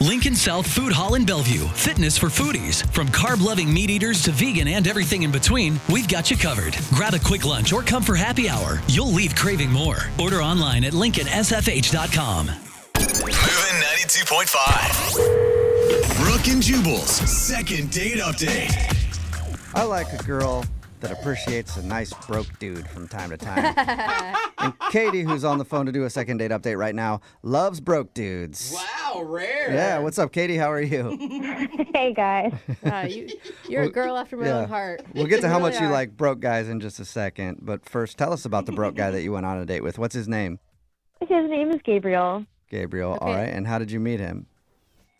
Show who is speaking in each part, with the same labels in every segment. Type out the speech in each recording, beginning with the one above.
Speaker 1: Lincoln South Food Hall in Bellevue. Fitness for foodies. From carb loving meat eaters to vegan and everything in between, we've got you covered. Grab a quick lunch or come for happy hour. You'll leave craving more. Order online at LincolnSFH.com.
Speaker 2: Moving 92.5. Brooke and Jubal's second date update.
Speaker 3: I like a girl that appreciates a nice broke dude from time to time. and Katie, who's on the phone to do a second date update right now, loves broke dudes.
Speaker 4: Wow, rare.
Speaker 3: Yeah, what's up, Katie? How are you?
Speaker 5: Hey guys.
Speaker 6: Uh, you, you're a girl after my
Speaker 3: yeah.
Speaker 6: own heart.
Speaker 3: We'll get to how
Speaker 6: really
Speaker 3: much you
Speaker 6: are.
Speaker 3: like broke guys in just a second, but first, tell us about the broke guy that you went on a date with. What's his name?
Speaker 5: His name is Gabriel.
Speaker 3: Gabriel. All
Speaker 6: Okay.
Speaker 3: right, and how did you meet him?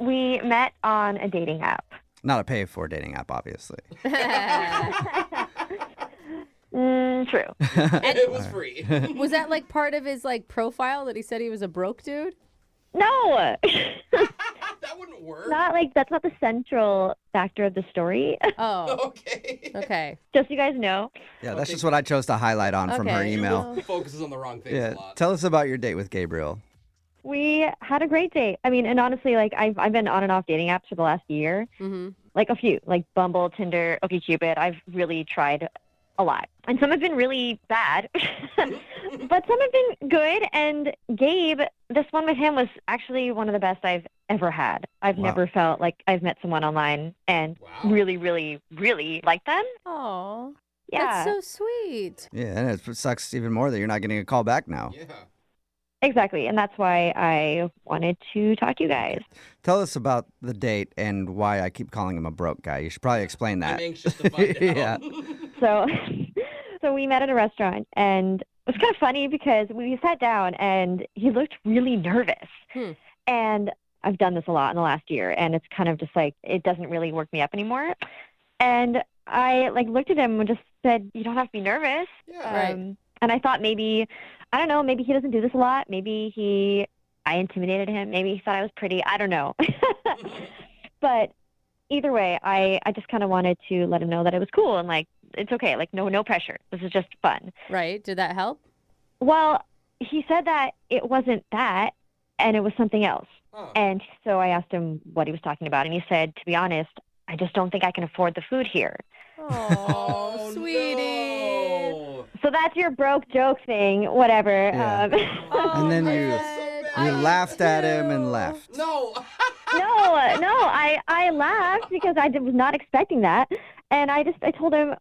Speaker 5: We met on a dating app.
Speaker 3: Not a pay for dating app, obviously.
Speaker 5: Mm, true.
Speaker 4: It was free.
Speaker 6: Was that like part of his like profile that he said he was a broke dude?
Speaker 5: No,
Speaker 4: that wouldn't work.
Speaker 5: not like that's not the central factor of the story.
Speaker 6: Oh,
Speaker 4: Okay.
Speaker 6: okay.
Speaker 5: Just so you guys know,
Speaker 3: Yeah, that's just what I chose to highlight on from her
Speaker 6: Okay.
Speaker 3: email.
Speaker 4: Focuses on the wrong things
Speaker 3: Yeah,
Speaker 4: a lot.
Speaker 3: tell us about your date with Gabriel.
Speaker 5: we had a great date. I mean, and honestly, like I've I've been on and off dating apps for the last year,
Speaker 6: hmm
Speaker 5: like a few, like Bumble, Tinder, OkCupid. I've really tried a lot, and some have been really bad, but some have been good. And Gabe, this one with him was actually one of the best I've ever had. I've
Speaker 3: Wow.
Speaker 5: never felt like I've met someone online and
Speaker 4: Wow.
Speaker 5: really, really, really like them.
Speaker 6: Oh,
Speaker 5: Yeah,
Speaker 6: that's so sweet.
Speaker 3: Yeah, and it sucks even more that you're not getting a call back now.
Speaker 4: Yeah.
Speaker 5: exactly. And that's why I wanted to talk to you guys.
Speaker 3: Tell us about the date and why I keep calling him a broke guy. You should probably explain
Speaker 4: I'm
Speaker 3: that.
Speaker 4: anxious to find out.
Speaker 3: Yeah.
Speaker 5: So, so we met at a restaurant, and it was kind of funny because we sat down, and he looked really nervous.
Speaker 6: Hmm.
Speaker 5: And I've done this a lot in the last year, and it's kind of just like it doesn't really work me up anymore. And I like looked at him and just said, "You don't have to be nervous."
Speaker 4: Yeah.
Speaker 6: Right.
Speaker 5: Um, and I thought maybe, I don't know, maybe he doesn't do this a lot. Maybe he, I intimidated him. Maybe he thought I was pretty. I don't know. but either way, I, I just kind of wanted to let him know that it was cool and like, it's okay. Like, no, no pressure. This is just fun.
Speaker 6: Right? Did that help?
Speaker 5: Well, he said that it wasn't that and it was something else.
Speaker 4: Huh.
Speaker 5: And so I asked him what he was talking about. And he said, to be honest, I just don't think I can afford the food here.
Speaker 6: Oh,
Speaker 4: Oh,
Speaker 6: sweetie.
Speaker 4: no.
Speaker 5: So that's your broke joke thing, whatever.
Speaker 3: Yeah.
Speaker 5: Um,
Speaker 3: And then
Speaker 6: Oh, my
Speaker 3: you-
Speaker 6: God,
Speaker 4: You
Speaker 3: You
Speaker 6: I
Speaker 3: laughed at him
Speaker 6: too.
Speaker 3: and left.
Speaker 4: No.
Speaker 5: no, no, I, I laughed because I did, was not expecting that. And I just, I told him,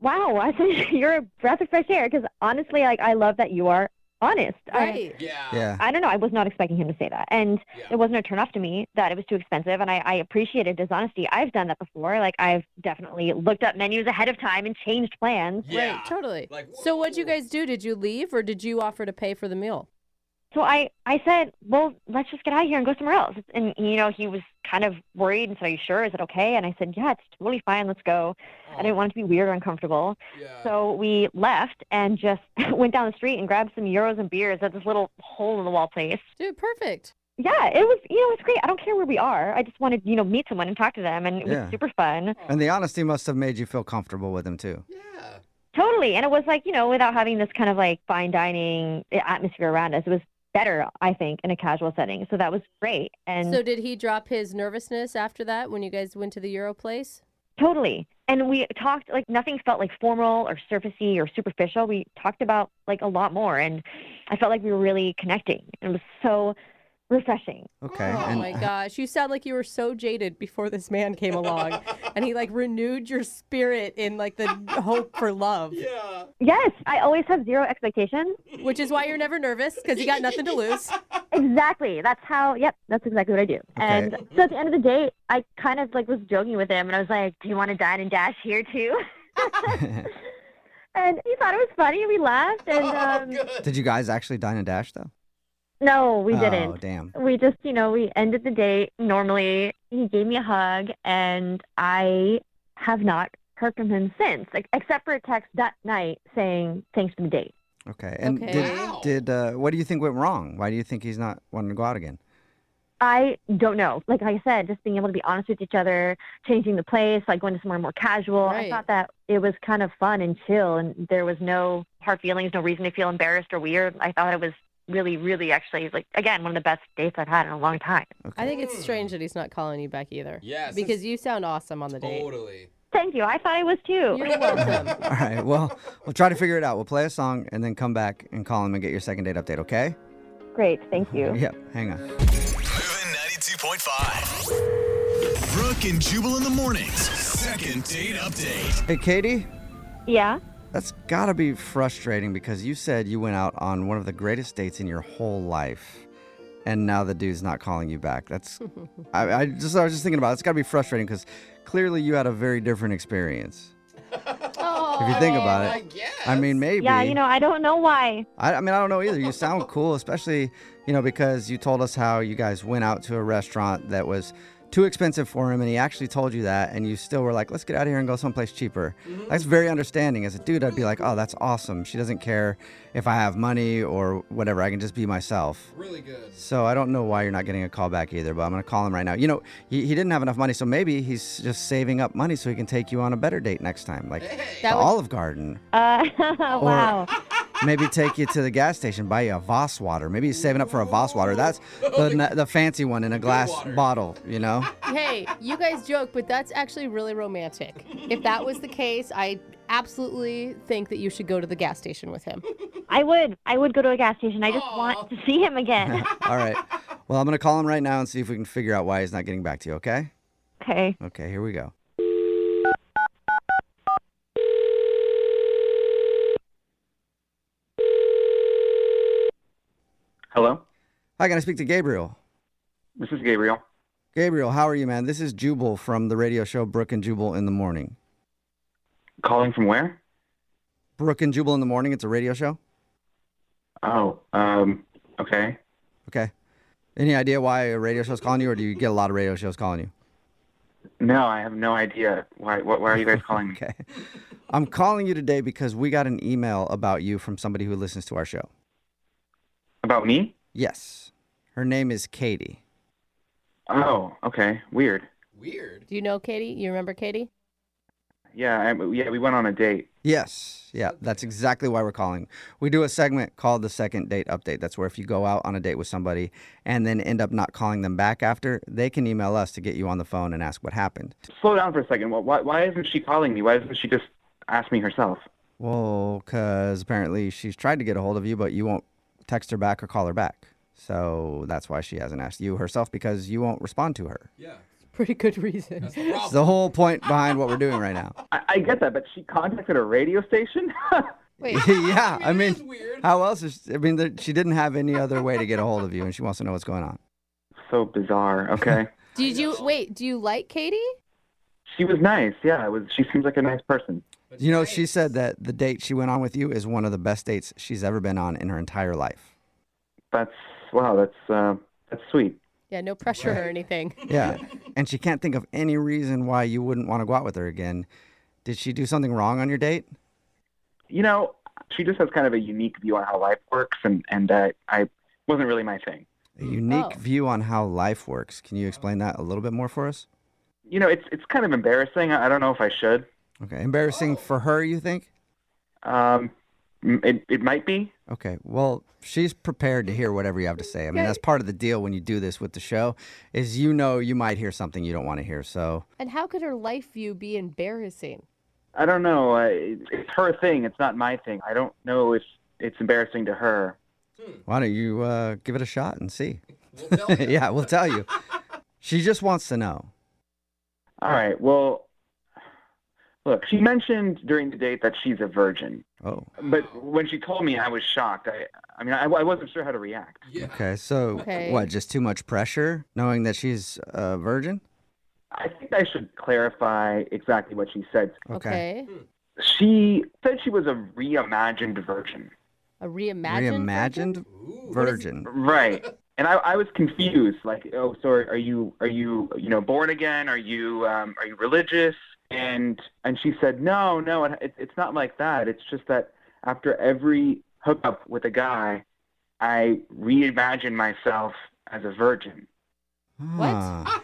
Speaker 5: wow, I said, you're a breath of fresh air. Because honestly, like, I love that you are honest.
Speaker 6: Right.
Speaker 4: yeah.
Speaker 3: Yeah.
Speaker 5: I, I don't know. I was not expecting him to say that. And
Speaker 4: Yeah.
Speaker 5: it wasn't a turnoff to me that it was too expensive. And I, I appreciated his honesty. I've done that before. Like, I've definitely looked up menus ahead of time and changed plans.
Speaker 4: Yeah.
Speaker 6: Right, totally.
Speaker 4: Like,
Speaker 6: so what'd you
Speaker 4: whoa.
Speaker 6: guys do? Did you leave or did you offer to pay for the meal?
Speaker 5: So I, I said, well, let's just get out of here and go somewhere else. And, you know, he was kind of worried and said, are you sure? Is it okay? And I said, yeah, it's totally fine. Let's go. I didn't want it to be weird or uncomfortable.
Speaker 4: Oh, Yeah.
Speaker 5: So we left and just went down the street and grabbed some euros and beers at this little hole in the wall place.
Speaker 6: Dude, perfect.
Speaker 5: Yeah, it was, you know, it's great. I don't care where we are. I just wanted, you know, meet someone and talk to them. And it
Speaker 3: Yeah.
Speaker 5: was super fun.
Speaker 3: And the honesty must have made you feel comfortable with him too.
Speaker 4: yeah.
Speaker 5: Totally. And it was like, you know, without having this kind of like fine dining atmosphere around us, it was better, I think, in a casual setting. So that was great. And
Speaker 6: So did he drop his nervousness after that when you guys went to the Euro place?
Speaker 5: Totally. And we talked like nothing felt like formal or surfacey or superficial. We talked about like a lot more and I felt like we were really connecting. It was so refreshing.
Speaker 3: Okay.
Speaker 6: Oh
Speaker 3: and
Speaker 6: my gosh, you sound like you were so jaded before this man came along and he like renewed your spirit in like the hope for love,
Speaker 4: Yeah.
Speaker 5: Yes, I always have zero expectations.
Speaker 6: which is why you're never nervous because you got nothing to lose.
Speaker 5: Exactly. That's how yep, that's exactly what I do. And
Speaker 3: Okay.
Speaker 5: so at the end of the day, I kind of like was joking with him and I was like, Do you want to dine and dash here too? and he thought it was funny and we laughed and
Speaker 4: oh,
Speaker 5: um,
Speaker 4: good.
Speaker 3: Did you guys actually dine and dash though?
Speaker 5: no, we
Speaker 3: Oh
Speaker 5: didn't.
Speaker 3: damn.
Speaker 5: we just, you know, we ended the date normally. He gave me a hug, and I have not heard from him since, like, except for a text that night saying thanks for the date.
Speaker 3: Okay. And
Speaker 6: Okay.
Speaker 4: Wow.
Speaker 3: did did uh, what do you think went wrong? Why do you think he's not wanting to go out again?
Speaker 5: I don't know. Like I said, just being able to be honest with each other, changing the place, like going to somewhere more casual.
Speaker 6: Right.
Speaker 5: I thought that it was kind of fun and chill, and there was no hard feelings, no reason to feel embarrassed or weird. I thought it was really, really actually like again one of the best dates I've had in a long time.
Speaker 6: I think
Speaker 3: Hmm.
Speaker 6: it's strange that he's not calling you back either.
Speaker 4: Yes.
Speaker 6: Because you sound awesome on the date.
Speaker 4: Totally.
Speaker 5: Thank you. I thought I was too.
Speaker 6: You're welcome.
Speaker 3: All right. Well, we'll try to figure it out. We'll play a song and then come back and call him and get your second date update, okay?
Speaker 5: Great. Thank you.
Speaker 3: Yep. Hang on.
Speaker 2: Moving 92.5. Brooke and Jubal in the mornings. Second date update.
Speaker 3: Hey, Katie,
Speaker 5: Yeah.
Speaker 3: that's got to be frustrating because you said you went out on one of the greatest dates in your whole life. And now the dude's not calling you back. That's, I, I just, I was just thinking about it. It's got to be frustrating because clearly you had a very different experience. if you think about it,
Speaker 4: Oh, I guess.
Speaker 3: I mean, maybe.
Speaker 5: Yeah. You know, I don't know why.
Speaker 3: I, I mean, I don't know either. You sound cool, especially, you know, because you told us how you guys went out to a restaurant that was too expensive for him, and he actually told you that, and you still were like, let's get out of here and go someplace cheaper. That's very understanding. As a dude, I'd be like, oh, that's awesome. She doesn't care if I have money or whatever. I can just be myself.
Speaker 4: really good.
Speaker 3: So I don't know why you're not getting a call back either, but I'm going to call him right now. You know, he, he didn't have enough money, so maybe he's just saving up money so he can take you on a better date next time, like the
Speaker 6: That would-
Speaker 3: Olive Garden.
Speaker 5: Uh, wow.
Speaker 3: Maybe take you to the gas station, buy you a Voss water. Maybe he's saving up for a Voss water. That's the, the fancy one in a glass
Speaker 4: water.
Speaker 3: bottle, you know?
Speaker 6: hey, you guys joke, but that's actually really romantic. If that was the case, I absolutely think that you should go to the gas station with him.
Speaker 5: I would. I would go to a gas station. I just want to see him again.
Speaker 3: All right. Well, I'm going to call him right now and see if we can figure out why he's not getting back to you, okay?
Speaker 5: okay.
Speaker 3: Okay, here we go.
Speaker 7: Hello,
Speaker 3: Hi, can I speak to Gabriel?
Speaker 7: this is Gabriel.
Speaker 3: Gabriel, how are you, man? This is Jubal from the radio show Brooke and Jubal in the Morning.
Speaker 7: Calling from where?
Speaker 3: Brooke and Jubal in the Morning, it's a radio show?
Speaker 7: Oh, um, okay.
Speaker 3: Okay. Any idea why a radio show's calling you, or do you get a lot of radio shows calling you?
Speaker 7: No, I have no idea. Why? Why, why are you guys calling me?
Speaker 3: Okay. I'm calling you today because we got an email about you from somebody who listens to our show.
Speaker 7: About me?
Speaker 3: Yes. Her name is Katie.
Speaker 7: Oh, okay. Weird.
Speaker 4: Weird.
Speaker 6: Do you know Katie? You remember Katie?
Speaker 7: Yeah, I, yeah. We went on a date.
Speaker 3: Yes. Yeah, that's exactly why we're calling. We do a segment called the second date update. That's where if you go out on a date with somebody and then end up not calling them back after, they can email us to get you on the phone and ask what happened.
Speaker 7: Slow down for a second. Why? Why, why isn't she calling me? Why doesn't she just ask me herself?
Speaker 3: Well, because apparently she's tried to get a hold of you, but you won't text her back or call her back. So that's why she hasn't asked you herself because you won't respond to her.
Speaker 4: Yeah.
Speaker 6: Pretty good reason.
Speaker 3: It's the whole point behind what we're doing right now.
Speaker 7: I, I get that, but she contacted a radio station.
Speaker 6: Wait,
Speaker 3: yeah, I
Speaker 4: I mean,
Speaker 3: mean,
Speaker 4: it is weird.
Speaker 3: how else is? I mean, there, she didn't have any other way to get a hold of you, and she wants to know what's going on.
Speaker 7: so bizarre. Okay.
Speaker 6: did you wait? Do you like Katie?
Speaker 7: she was nice. Yeah, it was. She seems like a nice person.
Speaker 4: But
Speaker 3: You know,
Speaker 4: nice.
Speaker 3: she said that the date she went on with you is one of the best dates she's ever been on in her entire life.
Speaker 7: That's wow. That's uh, that's sweet.
Speaker 6: Yeah, no pressure or anything.
Speaker 3: Yeah, and she can't think of any reason why you wouldn't want to go out with her again. Did she do something wrong on your date?
Speaker 7: you know, she just has kind of a unique view on how life works, and and uh, I wasn't really my thing.
Speaker 4: Mm,
Speaker 3: A unique
Speaker 6: Oh.
Speaker 3: view on how life works. Can you explain that a little bit more for us?
Speaker 7: You know, it's it's kind of embarrassing. I I don't know if I should.
Speaker 3: Okay, embarrassing
Speaker 4: Oh.
Speaker 3: for her, you think?
Speaker 7: Um, m- it it might be.
Speaker 3: Okay. Well, she's prepared to hear whatever you have to say. I mean, that's part of the deal when you do this with the show is you know you might hear something you don't want to hear. So,
Speaker 6: And how could her life view be embarrassing?
Speaker 7: I don't know. I, it's it's her thing. It's not my thing. I don't know if it's embarrassing to her.
Speaker 3: why don't you uh, give it a shot and see?
Speaker 4: We'll tell you.
Speaker 3: yeah, we'll tell you. She just wants to know.
Speaker 7: All right. Well, look, she mentioned during the date that she's a virgin,
Speaker 3: Oh.
Speaker 7: but when she told me, I was shocked. I I mean, I, I wasn't sure how to react.
Speaker 4: Yeah.
Speaker 3: Okay. So,
Speaker 6: Okay.
Speaker 3: what, just too much pressure knowing that she's a virgin?
Speaker 7: I think I should clarify exactly what she said
Speaker 6: Okay.
Speaker 7: She said she was a reimagined virgin.
Speaker 6: A reimagined. version?
Speaker 3: Reimagined virgin.
Speaker 7: Right. And I, I was confused. Like, oh, so are, are you are you you know born again? Are you um, are you religious? And and she said, no, no, it, it, it's not like that. It's just that after every hookup with a guy, I reimagine myself as a virgin.
Speaker 6: What?
Speaker 3: Ah.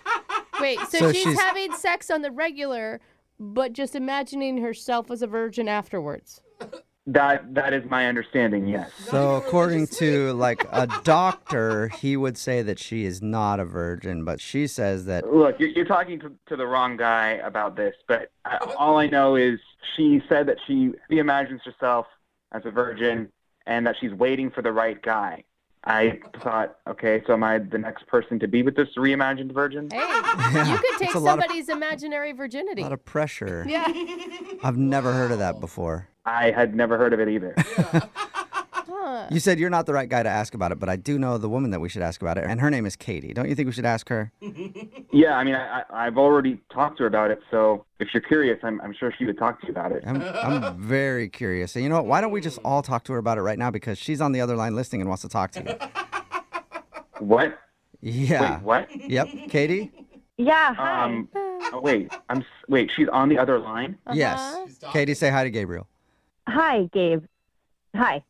Speaker 6: Wait, so,
Speaker 3: So
Speaker 6: she's,
Speaker 3: she's-
Speaker 6: having sex on the regular, but just imagining herself as a virgin afterwards.
Speaker 7: That that is my understanding. Yes.
Speaker 3: So according to like a doctor, he would say that she is not a virgin, but she says that
Speaker 7: Look, you're, you're talking to, to the wrong guy about this, but I, all I know is she said that she reimagines herself as a virgin and that she's waiting for the right guy. I thought, okay, so am I the next person to be with this reimagined virgin?
Speaker 6: Hey, you could take
Speaker 3: a lot of-
Speaker 6: somebody's imaginary
Speaker 3: a
Speaker 6: virginity.
Speaker 3: lot of pressure.
Speaker 6: yeah.
Speaker 3: I've never heard of that before.
Speaker 7: I had never heard of it either.
Speaker 6: Huh.
Speaker 3: You said you're not the right guy to ask about it, but I do know the woman that we should ask about it, and her name is Katie. Don't you think we should ask her?
Speaker 7: yeah, I mean, I, I, I've already talked to her about it, so if you're curious, I'm, I'm sure she would talk to you about it.
Speaker 3: I'm, I'm very curious. And you know what? Why don't we just all talk to her about it right now because she's on the other line listening and wants to talk to you.
Speaker 7: What?
Speaker 3: Yeah.
Speaker 7: Wait, what?
Speaker 3: Yep. Katie?
Speaker 5: Yeah, hi.
Speaker 7: Um, oh, wait, I'm s- wait. She's on the other line.
Speaker 6: Uh-huh.
Speaker 3: Yes. Katie, say hi to Gabriel.
Speaker 5: hi, Gabe. Hi.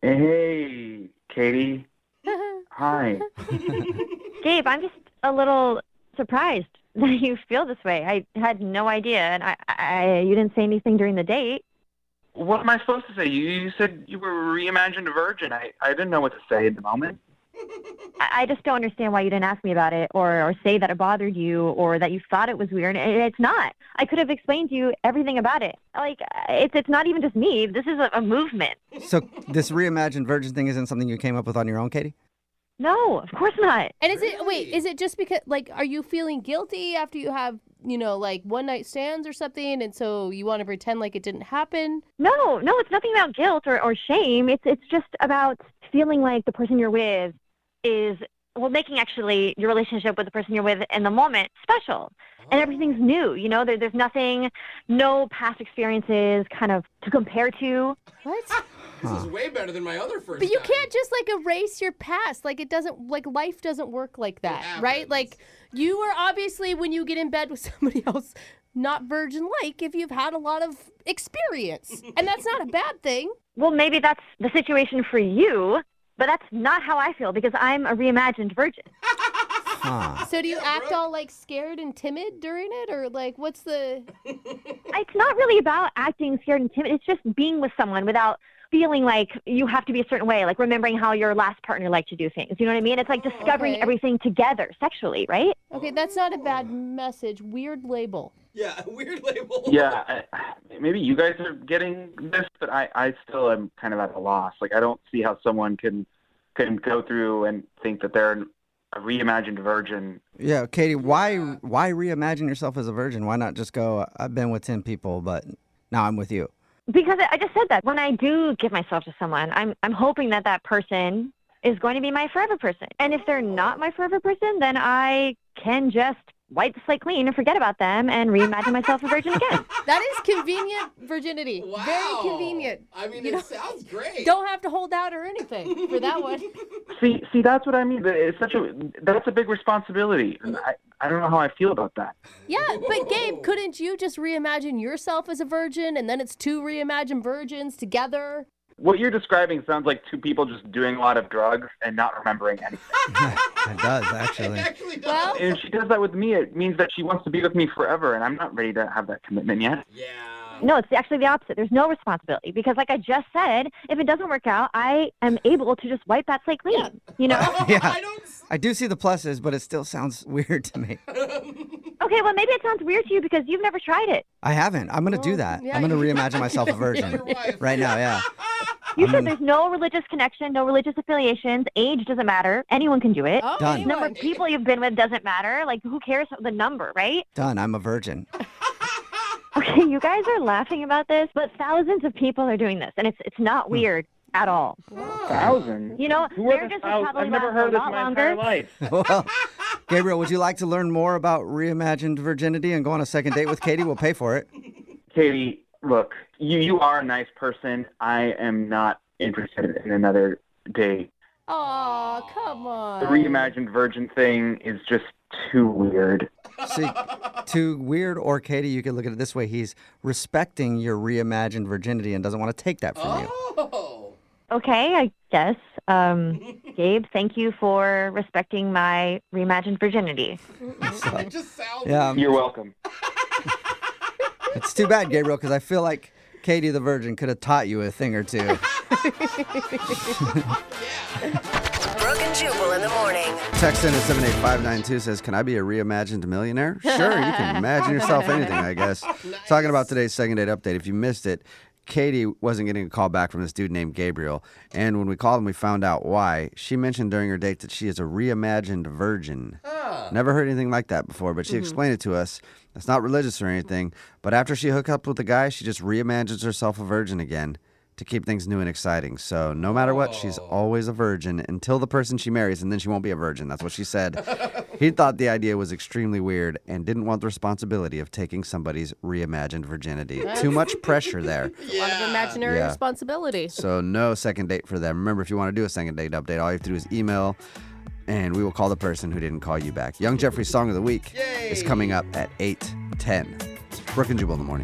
Speaker 7: Hey, Katie. Hi.
Speaker 5: Gabe, I'm just a little surprised that you feel this way. I had no idea, and I, I you didn't say anything during the date.
Speaker 7: What am I supposed to say? You, you said you were reimagined a virgin. I, I didn't know what to say at the moment.
Speaker 5: I, I just don't understand why you didn't ask me about it, or or say that it bothered you, or that you thought it was weird. It, it's not. I could have explained to you everything about it. Like it's it's not even just me. This is a, a movement.
Speaker 3: So this reimagined virgin thing isn't something you came up with on your own, Katie?
Speaker 5: No, of course not.
Speaker 6: And is it wait? Is it just because like are you feeling guilty after you have you know like one night stands or something, and so you want to pretend like it didn't happen?
Speaker 5: No, no, it's nothing about guilt or, or shame. It's it's just about feeling like the person you're with is well, making actually your relationship with the person you're with in the moment special, and everything's new. You know, there, there's nothing, no past experiences, kind of to compare to.
Speaker 6: What?
Speaker 4: This is way better than my other first.
Speaker 6: But you
Speaker 4: time.
Speaker 6: can't just like erase your past. Like it doesn't like life doesn't work like that, right?
Speaker 4: happens.
Speaker 6: Like you were obviously when you get in bed with somebody else not virgin like if you've had a lot of experience. And that's not a bad thing.
Speaker 5: Well, maybe that's the situation for you, but that's not how I feel because I'm a reimagined virgin.
Speaker 3: Huh.
Speaker 6: So do you act all like scared and timid during it or like what's the
Speaker 5: It's not really about acting scared and timid. It's just being with someone without feeling like you have to be a certain way, like remembering how your last partner liked to do things. You know what I mean? It's like discovering
Speaker 6: Okay.
Speaker 5: everything together sexually, right?
Speaker 6: Okay, that's not a bad message. Weird label.
Speaker 4: Yeah, weird label.
Speaker 7: Yeah, I, maybe you guys are getting this, but I, I still am kind of at a loss. Like I don't see how someone can can go through and think that they're an- a reimagined virgin.
Speaker 3: Yeah, Katie, why why reimagine yourself as a virgin? Why not just go, I've been with 10 people, but now I'm with you?
Speaker 5: Because I I just said that when I do give myself to someone, I'm I'm hoping that that person is going to be my forever person. And if they're not my forever person, then I can just wipe the slate clean and forget about them and reimagine myself a virgin again.
Speaker 6: That is convenient virginity.
Speaker 4: Wow.
Speaker 6: Very convenient.
Speaker 4: I mean,
Speaker 6: You
Speaker 4: it
Speaker 6: know?
Speaker 4: sounds great.
Speaker 6: Don't have to hold out or anything for that one.
Speaker 7: See, see, that's what I mean. That- It's such a that's a big responsibility. And I, I don't know how I feel about that.
Speaker 6: Yeah, but Gabe, couldn't you just reimagine yourself as a virgin and then it's two reimagined virgins together?
Speaker 7: What you're describing sounds like two people just doing a lot of drugs and not remembering anything.
Speaker 3: it does,
Speaker 4: It
Speaker 3: actually.
Speaker 4: actually does.
Speaker 6: Well-
Speaker 7: And if she does that with me, it means that she wants to be with me forever, and I'm not ready to have that commitment yet.
Speaker 4: yeah.
Speaker 5: No, it's actually the opposite. There's no responsibility because, like I just said, if it doesn't work out, I am able to just wipe that slate clean. You know?
Speaker 3: Yeah.
Speaker 4: I don't. s-
Speaker 3: I do see the pluses, but it still sounds weird to me.
Speaker 5: okay, well maybe it sounds weird to you because you've never tried it.
Speaker 3: I haven't. I'm going to do
Speaker 6: Well,
Speaker 3: that.
Speaker 6: yeah,
Speaker 3: I'm going to
Speaker 6: you-
Speaker 3: reimagine myself a virgin
Speaker 4: Your wife.
Speaker 3: right now, yeah.
Speaker 5: You
Speaker 3: I'm
Speaker 5: said
Speaker 3: gonna-
Speaker 5: there's no religious connection, no religious affiliations. Age doesn't matter. Anyone can do it.
Speaker 6: Oh,
Speaker 3: Done.
Speaker 6: anyone.
Speaker 5: Number of people you've been with doesn't matter. Like, who cares the number, right?
Speaker 3: Done. I'm a virgin.
Speaker 5: Okay, you guys are laughing about this, but thousands of people are doing this, and it's it's not weird at all.
Speaker 7: Thousand.
Speaker 5: You know,
Speaker 7: Who are
Speaker 5: marriages
Speaker 7: the
Speaker 5: would
Speaker 7: thou-
Speaker 5: probably
Speaker 7: I've never
Speaker 5: last
Speaker 7: heard
Speaker 5: a
Speaker 7: this
Speaker 5: lot
Speaker 7: my
Speaker 5: longer.
Speaker 7: entire life.
Speaker 3: well, Gabriel, would you like to learn more about reimagined virginity and go on a second date with Katie? We'll pay for it.
Speaker 7: Katie, look, you you are a nice person. I am not interested in another date.
Speaker 6: Aw, come on.
Speaker 5: Oh.
Speaker 7: The reimagined virgin thing is just too weird.
Speaker 3: See, to Weird or Katie, you could look at it this way. He's respecting your reimagined virginity and doesn't want to take that from you.
Speaker 4: Oh.
Speaker 5: Okay, I guess. Um, Gabe, thank you for respecting my reimagined virginity.
Speaker 6: Oh.
Speaker 4: It just sounds.
Speaker 3: Yeah, um,
Speaker 7: You're welcome.
Speaker 3: it's too bad, Gabriel, because I feel like
Speaker 8: Katie the Virgin could have taught you a thing or two.
Speaker 9: Brooke and Jubal in the morning.
Speaker 3: Text in at 78592 says, Can I be a reimagined millionaire? Sure, you can imagine yourself anything, I guess. Talking about today's second date update, if you missed it, Katie wasn't getting a call back from this dude named Gabriel. And when we called him, we found out why. She mentioned during her date that she is a reimagined virgin. Never heard anything like that before, but she explained it to us. It's not religious or anything, but after she hooked up with the guy, she just reimagines herself a virgin again to keep things new and exciting. So no matter what, she's always a virgin until the person she marries, and then she won't be a virgin. That's what she said. he thought the idea was extremely weird and didn't want the responsibility of taking somebody's reimagined virginity. Too much pressure there.
Speaker 6: A lot of imaginary
Speaker 3: Yeah.
Speaker 6: responsibility.
Speaker 3: So no second date for them. Remember, if you want to do a second date update, all you have to do is email, and we will call the person who didn't call you back. Young Jeffrey's song of the week is coming up at eight ten. Brooke and Jubal in the morning.